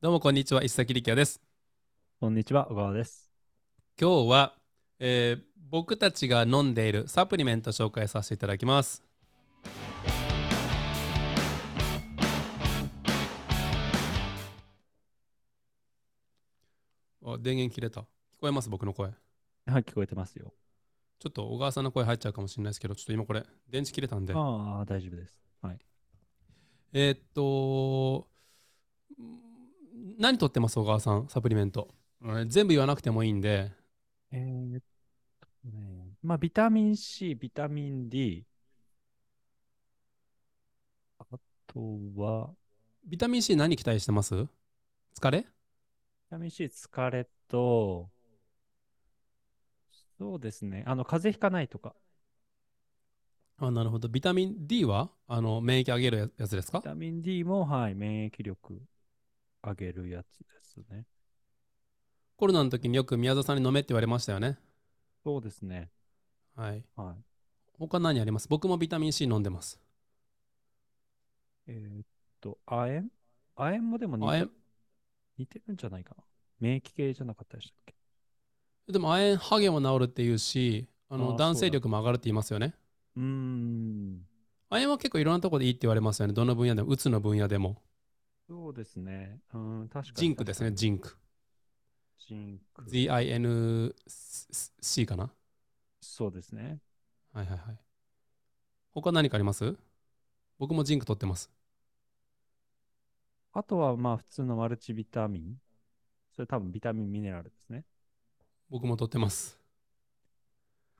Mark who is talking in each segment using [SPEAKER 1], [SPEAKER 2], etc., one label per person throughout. [SPEAKER 1] どうもこんにちは石崎力也です
[SPEAKER 2] こんにちは、小川です。
[SPEAKER 1] 今日は、えー僕たちが飲んでいるサプリメント紹介させていただきますあ電源切れた聞こえます僕の声ち
[SPEAKER 2] はい、聞こえてますよ。
[SPEAKER 1] ょっと小川さんの声入っちゃうかもしれないですけどちょっと今これ電池切れたんで
[SPEAKER 2] ああ、大丈夫です。はい。
[SPEAKER 1] えーっとん何取ってます小川さんサプリメント、うん全部言わなくてもいいんで
[SPEAKER 2] えーっとね、まあ、ビタミン C、ビタミン D、あとは、ビ
[SPEAKER 1] ビタミン C 何期待してます疲れ
[SPEAKER 2] タミン C 疲れと、そうですね、あの、風邪ひかないとか、
[SPEAKER 1] あなるほど。ビタミン D はあの免疫上げるややつですか
[SPEAKER 2] ビタミン D も、はい、免疫力上げるやつですね。
[SPEAKER 1] コロナの時によく宮沢さんに飲めって言われましたよね。
[SPEAKER 2] そうですね、
[SPEAKER 1] はい。
[SPEAKER 2] はい。
[SPEAKER 1] 他何あります僕もビタミン C 飲んでます。
[SPEAKER 2] えーっと、亜鉛亜鉛もでも似
[SPEAKER 1] 亜
[SPEAKER 2] て
[SPEAKER 1] 鉛
[SPEAKER 2] 似てるんじゃないかな。免疫系じゃなかったでしたっけ
[SPEAKER 1] でも亜鉛、ハゲも治るっていうし、あ
[SPEAKER 2] あー
[SPEAKER 1] の
[SPEAKER 2] そうだ
[SPEAKER 1] 男性力も上がるって言いますよね。
[SPEAKER 2] うーん、
[SPEAKER 1] 亜鉛は結構いろんなところでいいって言われますよね。どの分野でも、うつの分野でも。
[SPEAKER 2] そうですね。うん、確かに。
[SPEAKER 1] ジンクですね、ジンク。
[SPEAKER 2] ジンク。
[SPEAKER 1] ZINC かな
[SPEAKER 2] そうですね。
[SPEAKER 1] はいはいはい。他何かあります僕もジンク取ってます。
[SPEAKER 2] あとは、まあ、普通のマルチビタミン。それ多分ビタミン、ミネラルですね。
[SPEAKER 1] 僕も取ってます。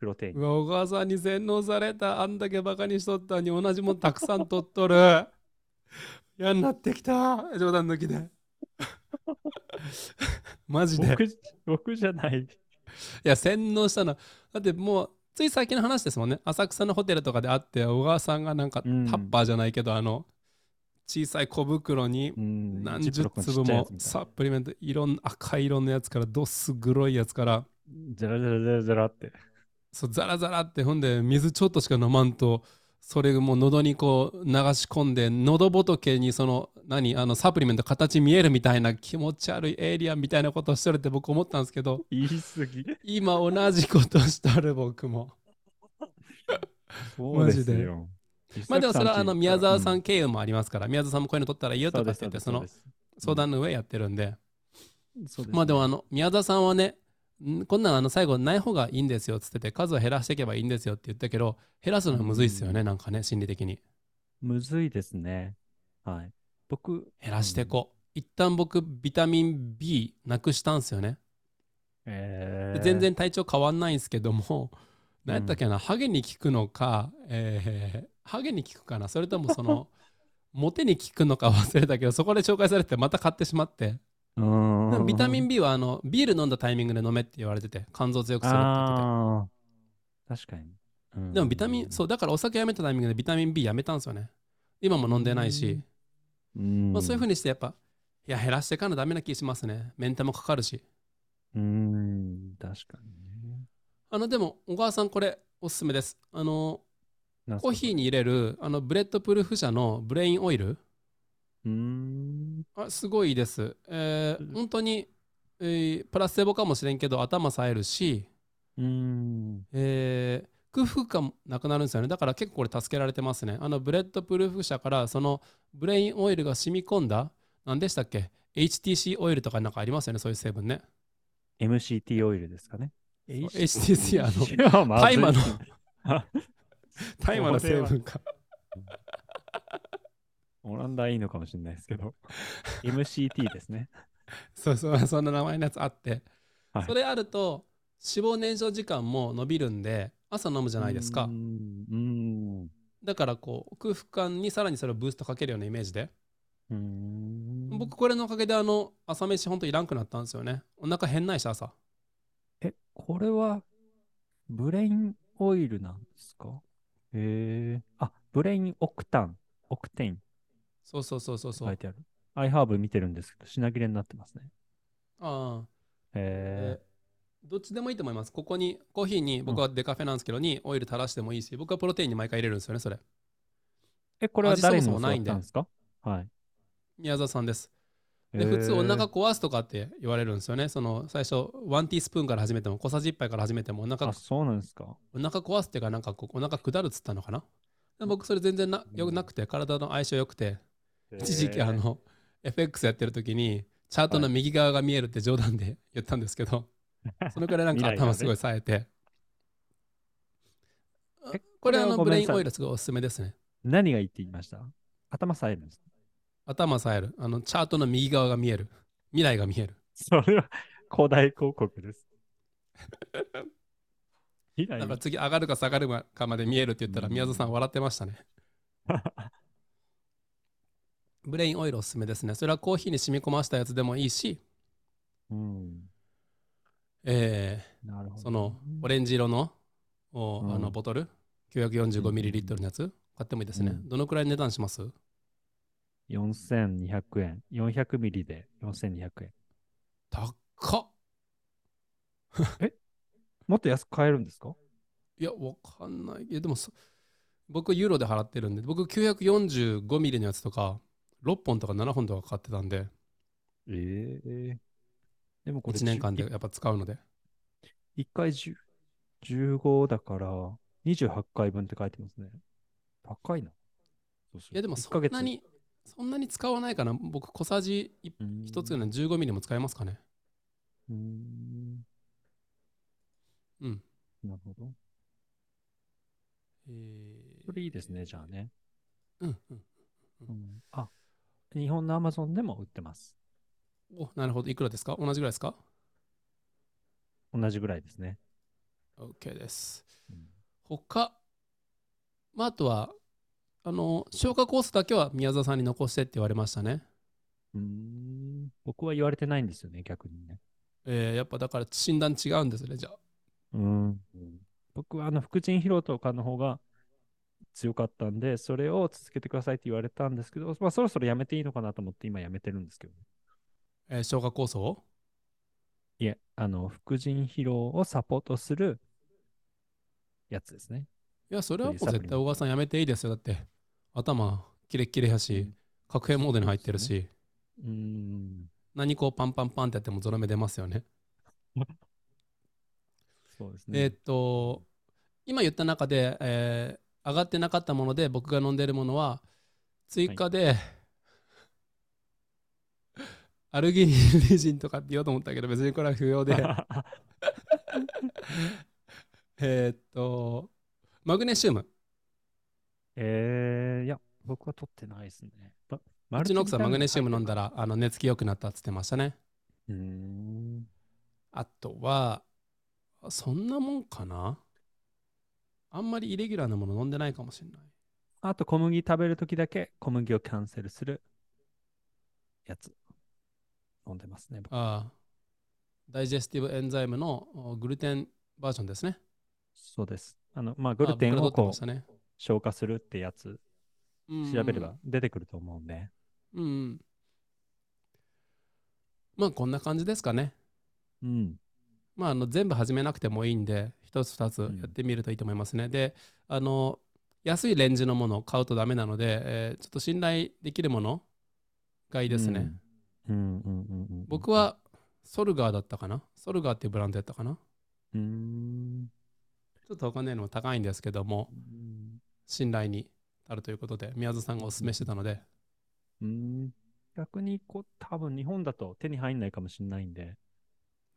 [SPEAKER 2] プロテイン。
[SPEAKER 1] うわ、お母さんに洗脳された。あんだけバカにしとったのに、同じもんたくさん取っとる。 嫌になってきた。冗談抜きで。 マジで。
[SPEAKER 2] 僕じ、僕じゃない。
[SPEAKER 1] いや、洗脳したの。だってもう、つい最近の話ですもんね。浅草のホテルとかで会って、小川さんがなんか、
[SPEAKER 2] うん
[SPEAKER 1] タッパーじゃないけど、あの、小さい小袋に
[SPEAKER 2] うん、
[SPEAKER 1] 何
[SPEAKER 2] ジップ
[SPEAKER 1] 十
[SPEAKER 2] ロックのちっ
[SPEAKER 1] 粒
[SPEAKER 2] ちゃいや
[SPEAKER 1] も
[SPEAKER 2] つみたいな
[SPEAKER 1] サプリメント、いろん赤い色のやつから、どす黒いやつから、
[SPEAKER 2] ザラザラザラザラって。
[SPEAKER 1] そうザラザラってほんで水ちょっとしか飲まんとそれもう喉にこう流し込んで喉仏にその何あのサプリメント形見えるみたいな気持ち悪いエイリアンみたいなことしとるって僕思ったんですけど
[SPEAKER 2] 言い過ぎ。
[SPEAKER 1] 今同じことしとる僕 も
[SPEAKER 2] そうです
[SPEAKER 1] マジで
[SPEAKER 2] よ。
[SPEAKER 1] まあでもそれはあの宮沢さ
[SPEAKER 2] うん
[SPEAKER 1] 経由もありますから宮沢さんもこういうの取ったらいいよとかって言ってその
[SPEAKER 2] うです
[SPEAKER 1] 相談の上やってるんで
[SPEAKER 2] そうです
[SPEAKER 1] まあでもあの宮沢さんはねんこんなんあの最後ない方がいいんですよっつってて数を減らしていけばいいんですよって言ったけど減らすのはむずいっすよねなんかね心理的に。
[SPEAKER 2] むずいですね。はい。僕、
[SPEAKER 1] 減らしてこう、一旦僕ビタミン B なくしたんすよね、
[SPEAKER 2] え
[SPEAKER 1] で
[SPEAKER 2] ー
[SPEAKER 1] 全然体調変わんないんすけども
[SPEAKER 2] うん
[SPEAKER 1] 何やったっけな、ハゲに効くのか、えーハゲに効くかなそれともそ のモテに効くのか 忘れたけどそこで紹介されてまた買ってしまって
[SPEAKER 2] う
[SPEAKER 1] で
[SPEAKER 2] ー
[SPEAKER 1] も
[SPEAKER 2] ん。
[SPEAKER 1] ビタミン B はあのビール飲んだタイミングで飲めって言われてて肝臓強くするって言ってて
[SPEAKER 2] ああー、確かに。うん
[SPEAKER 1] でもビタミンそうだからお酒やめたタイミングでビタミン B やめたんですよね今も飲んでないし、
[SPEAKER 2] うん。
[SPEAKER 1] まあ、そういうふう
[SPEAKER 2] に。
[SPEAKER 1] にしてやっぱいや減らしていかなダメな気しますねメンタもかかるし
[SPEAKER 2] うん、確かにね。
[SPEAKER 1] あのでも小川さんこれおすすめです。あの
[SPEAKER 2] なんす
[SPEAKER 1] コ
[SPEAKER 2] か
[SPEAKER 1] ーヒーに入れるあのブレッドプルーフ社のブレインオイル
[SPEAKER 2] うーん。
[SPEAKER 1] あすごいいいです。えー
[SPEAKER 2] うん
[SPEAKER 1] 本当に、えープラセボかもしれんけど頭冴えるし、
[SPEAKER 2] うん。
[SPEAKER 1] えー空腹感もなくなるんですよね。だから結構これ助けられてますね。あのブレッドプルーフ社からそのブレインオイルが染み込んだ何でしたっけ ?HTC オイルとかなんかありますよねそういう成分ね。
[SPEAKER 2] MCT オイルですかね。
[SPEAKER 1] HTC あの
[SPEAKER 2] の、
[SPEAKER 1] 大麻の
[SPEAKER 2] の。
[SPEAKER 1] 大麻の成分か。
[SPEAKER 2] オランダいいのかもしれないですけど。MCT ですね。
[SPEAKER 1] そうそう、 そんな名前のやつあって、
[SPEAKER 2] はい
[SPEAKER 1] それあると脂肪燃焼時間も伸びるんで朝飲むじゃないですか、
[SPEAKER 2] うん。うん
[SPEAKER 1] だからこう空腹感にさらにそれをブーストかけるようなイメージで、
[SPEAKER 2] うん。
[SPEAKER 1] 僕これのおかげであの朝飯ほんといらんくなったんですよねお腹減んないし朝
[SPEAKER 2] え、これは、ブレインオイルなんですかへえ。あ、ブレインオクタン、オクテインって
[SPEAKER 1] そうそうそうそうそう、
[SPEAKER 2] 書いてある。アイハーブ見てるんですけど、品切れになってますね。
[SPEAKER 1] ああ
[SPEAKER 2] へ
[SPEAKER 1] えどっちでもいいと思いますここにコーヒーに僕はデカフェなんですけどにオイル垂らしてもいいし僕はプロテインに毎回入れるんですよねそれ
[SPEAKER 2] え。え、これは
[SPEAKER 1] 味
[SPEAKER 2] 誰に
[SPEAKER 1] そもそも
[SPEAKER 2] 教わ
[SPEAKER 1] ないん
[SPEAKER 2] っ
[SPEAKER 1] で
[SPEAKER 2] たんですかはい。
[SPEAKER 1] 宮沢さんですで普通お腹
[SPEAKER 2] こ
[SPEAKER 1] 壊すとかって言われるんですよね。その最初ワンティースプーンから始めても小さじ1杯から始めてもお腹
[SPEAKER 2] あ、そうなんですか。
[SPEAKER 1] お腹壊すっていうかなんかこうお腹下るっつったのかな。で僕それ全然なよくなくて体の相性良くて 一時期あの FX やってる時にチャートの右側が見えるって冗談で 言ったんですけど、そのくらい なんか
[SPEAKER 2] 未来がね
[SPEAKER 1] 頭すごい冴えて。あ
[SPEAKER 2] え
[SPEAKER 1] これあ
[SPEAKER 2] これは
[SPEAKER 1] の
[SPEAKER 2] ご
[SPEAKER 1] ブ
[SPEAKER 2] め
[SPEAKER 1] レ
[SPEAKER 2] んなさ
[SPEAKER 1] イ
[SPEAKER 2] い
[SPEAKER 1] ンオイルすごいおすすめですね。
[SPEAKER 2] 何が言っていました頭さえるんです
[SPEAKER 1] 頭冴える。あのチャートの右側が見える。未来が見える。
[SPEAKER 2] か。それは古代広告 です。以来
[SPEAKER 1] だから次上がるか下がるかまで見えるって言ったら
[SPEAKER 2] うん
[SPEAKER 1] 宮田さん笑ってましたね。 ブレインオイルおすすめですね。それはコーヒーに染み込ませたやつでもいいし、
[SPEAKER 2] うん。
[SPEAKER 1] え
[SPEAKER 2] なるほ
[SPEAKER 1] ー
[SPEAKER 2] ど。
[SPEAKER 1] そのオレンジ色のお
[SPEAKER 2] うん
[SPEAKER 1] あのボトル、945ml のやつ買ってもいいですね。
[SPEAKER 2] うん
[SPEAKER 1] どのくらい値段します
[SPEAKER 2] 4200円。400ミリで4200円。
[SPEAKER 1] 高っ
[SPEAKER 2] もっと安く買えるんですか
[SPEAKER 1] いや、わかんない。いや、でもそ、僕、ユーロで払ってるんで、僕、945ml のやつとか、6本とか7本とか買ってたんで、
[SPEAKER 2] ええでもこれ
[SPEAKER 1] 1年間で
[SPEAKER 2] 10
[SPEAKER 1] やっぱ使うので。
[SPEAKER 2] 一回10 15だから28回分って書いてますね。高いな。そうす
[SPEAKER 1] い
[SPEAKER 2] る
[SPEAKER 1] や、でも、
[SPEAKER 2] 一
[SPEAKER 1] そ
[SPEAKER 2] ヶ
[SPEAKER 1] ん
[SPEAKER 2] 月
[SPEAKER 1] なに、そんなに使わないかな。僕、小さじ1
[SPEAKER 2] うーん
[SPEAKER 1] つの 15ml も使えますかね。
[SPEAKER 2] うーん
[SPEAKER 1] うん。
[SPEAKER 2] なるほど。
[SPEAKER 1] え
[SPEAKER 2] それいいですね、じゃあね。
[SPEAKER 1] うん、うん。
[SPEAKER 2] うんあ、日本の Amazon でも売ってます。
[SPEAKER 1] お、なるほど。いくらですか同じぐらいですか
[SPEAKER 2] 同じぐらいですね。
[SPEAKER 1] ?OK です。
[SPEAKER 2] うん
[SPEAKER 1] 他、まあ、あとは、あの、消化コースだけは宮沢さんに残してって言われましたね。
[SPEAKER 2] うーん僕は言われてないんですよね、逆にね。
[SPEAKER 1] えーやっぱだから診断違うんですね、じゃあ。
[SPEAKER 2] うん僕はあの副腎疲労とかの方が強かったんで、それを続けてくださいって言われたんですけど、まあ、そろそろやめていいのかなと思って今やめてるんですけど、
[SPEAKER 1] えー消化酵素を
[SPEAKER 2] いえ、あの、副腎疲労をサポートするやつですね。
[SPEAKER 1] いや、それはもう
[SPEAKER 2] そういうサ
[SPEAKER 1] 絶
[SPEAKER 2] プリメ
[SPEAKER 1] 対
[SPEAKER 2] ント
[SPEAKER 1] 小川さんやめていいですよ。だって、頭キレッキレや
[SPEAKER 2] う
[SPEAKER 1] し
[SPEAKER 2] ん、
[SPEAKER 1] 核変モードに入ってるし、
[SPEAKER 2] うーん、
[SPEAKER 1] 何こうパンパンパンってやってもゾロ目出ますよね。
[SPEAKER 2] そうです
[SPEAKER 1] え
[SPEAKER 2] ね
[SPEAKER 1] ーっ。と、今言った中で、えー上がってなかったもので僕が飲んでるものは、追加で、 アルギニンレジンとかって言おうと思ったけど、別にこれは不要 で、えーっと、マグネシウム。
[SPEAKER 2] えー、いや、僕は取ってないですね。まマ
[SPEAKER 1] う
[SPEAKER 2] ル
[SPEAKER 1] ち
[SPEAKER 2] チ
[SPEAKER 1] の奥さんマグネシウム飲ん
[SPEAKER 2] だ。
[SPEAKER 1] だら、あの寝つき良くなったって言ってましたね。
[SPEAKER 2] うーん。
[SPEAKER 1] あとは、そんなもんかなあんまりイレギュラーなもの飲んでないかもしれない。
[SPEAKER 2] あと、小麦食べるときだけ小麦をキャンセルするやつ。飲んでますね。僕
[SPEAKER 1] ああ、ダイジェスティブエンザイムのおグルテンバージョンですね。
[SPEAKER 2] そうです。あの、まあ、グルテン
[SPEAKER 1] あ
[SPEAKER 2] を
[SPEAKER 1] 僕ら取って
[SPEAKER 2] こ
[SPEAKER 1] まし
[SPEAKER 2] う
[SPEAKER 1] たね。
[SPEAKER 2] 消化するってやつ、調べれば。出てくると思うんで。
[SPEAKER 1] うん、うん。まあ、こんな感じですかね。
[SPEAKER 2] うん。
[SPEAKER 1] まあ、あの全部始めなくてもいいんで、一つ二つやってみるといいと思いますね。で、あの、安いレンジのものを買うとダメなので、えーちょっと信頼できるものがいいですね。
[SPEAKER 2] うん。うんうんうんうん。
[SPEAKER 1] 僕、はソルガーだったかなソルガーっていうブランドやったかな
[SPEAKER 2] うーん。
[SPEAKER 1] ちょっとお金のも高いんですけども、信頼にあるということで、宮津さんがお勧めしてたので、
[SPEAKER 2] うん。逆に、こう、多分日本だと手に入んないかもしれないんで、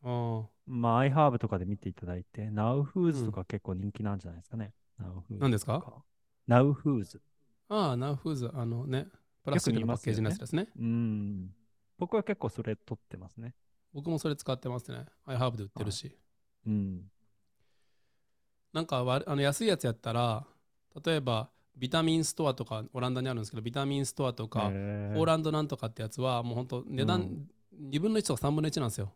[SPEAKER 1] あ
[SPEAKER 2] まあ、アイハーブとかで見ていただいて、ナウフーズとか結構人気なんじゃないですかね。ナウフーズ
[SPEAKER 1] 何ですか
[SPEAKER 2] とナウフーズ。
[SPEAKER 1] あああ、ナウフーズ、あのね、プラスチックのパッケージのやつですね。
[SPEAKER 2] うん。僕は結構それ取ってますね。
[SPEAKER 1] 僕もそれ使ってますね。アイハーブで売ってるし。
[SPEAKER 2] うん。
[SPEAKER 1] なんかわあの安いやつやったら、例えばビタミンストアとか、オランダにあるんですけど、ビタミンストアとか、
[SPEAKER 2] へー
[SPEAKER 1] オーランドなんとかってやつは、もう本当値
[SPEAKER 2] う
[SPEAKER 1] 段2分の1とか3分の1なんですよ。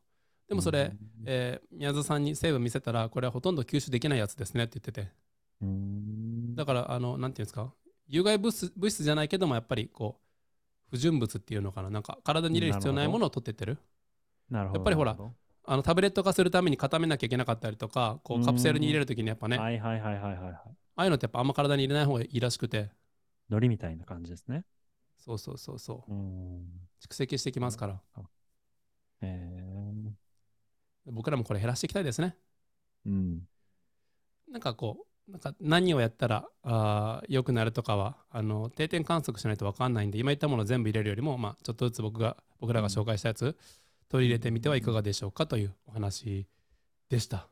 [SPEAKER 1] でもそれ、、えー宮津さんに成分見せたらこれはほとんど吸収できないやつですねって言ってて
[SPEAKER 2] うん。
[SPEAKER 1] だからあのなんていうんですか有害物質物質じゃないけどもやっぱりこう不純物っていうのかななんか体に入れる必要ないものを取ってってる
[SPEAKER 2] なるほど。
[SPEAKER 1] やっぱりほら
[SPEAKER 2] なるど
[SPEAKER 1] あのタブレット化するために固めなきゃいけなかったりとかこ
[SPEAKER 2] う
[SPEAKER 1] うんカプセルに入れるときにやっぱねあ
[SPEAKER 2] はいはいはいはいはいはい。
[SPEAKER 1] あいうのってやっぱあんま体に入れない方がいいらしくて
[SPEAKER 2] 海苔みたいな感じですね。
[SPEAKER 1] そうそうそうそう。
[SPEAKER 2] うん。
[SPEAKER 1] 蓄積していきますから。
[SPEAKER 2] へえ。
[SPEAKER 1] 僕らもこれ減らしていきたいですね。
[SPEAKER 2] うん。
[SPEAKER 1] なんかこう、なんか何をやったらあー良くなるとかはあの定点観測しないと分かんないんで今言ったものを全部入れるよりも、まあ、ちょっとずつ僕が僕らが紹介したやつ、取り入れてみてはいかがでしょうかというお話でした。